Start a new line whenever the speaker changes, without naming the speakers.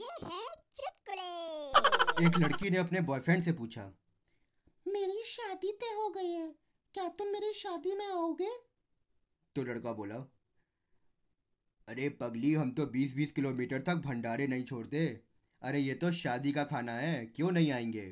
ये है चुटकुले
एक लड़की ने अपने बॉयफ्रेंड से पूछा
मेरी शादी तय हो गई है क्या तुम मेरी शादी में आओगे
तो लड़का बोला अरे पगली हम तो बीस बीस किलोमीटर तक भंडारे नहीं छोड़ते अरे ये तो शादी का खाना है क्यों नहीं आएंगे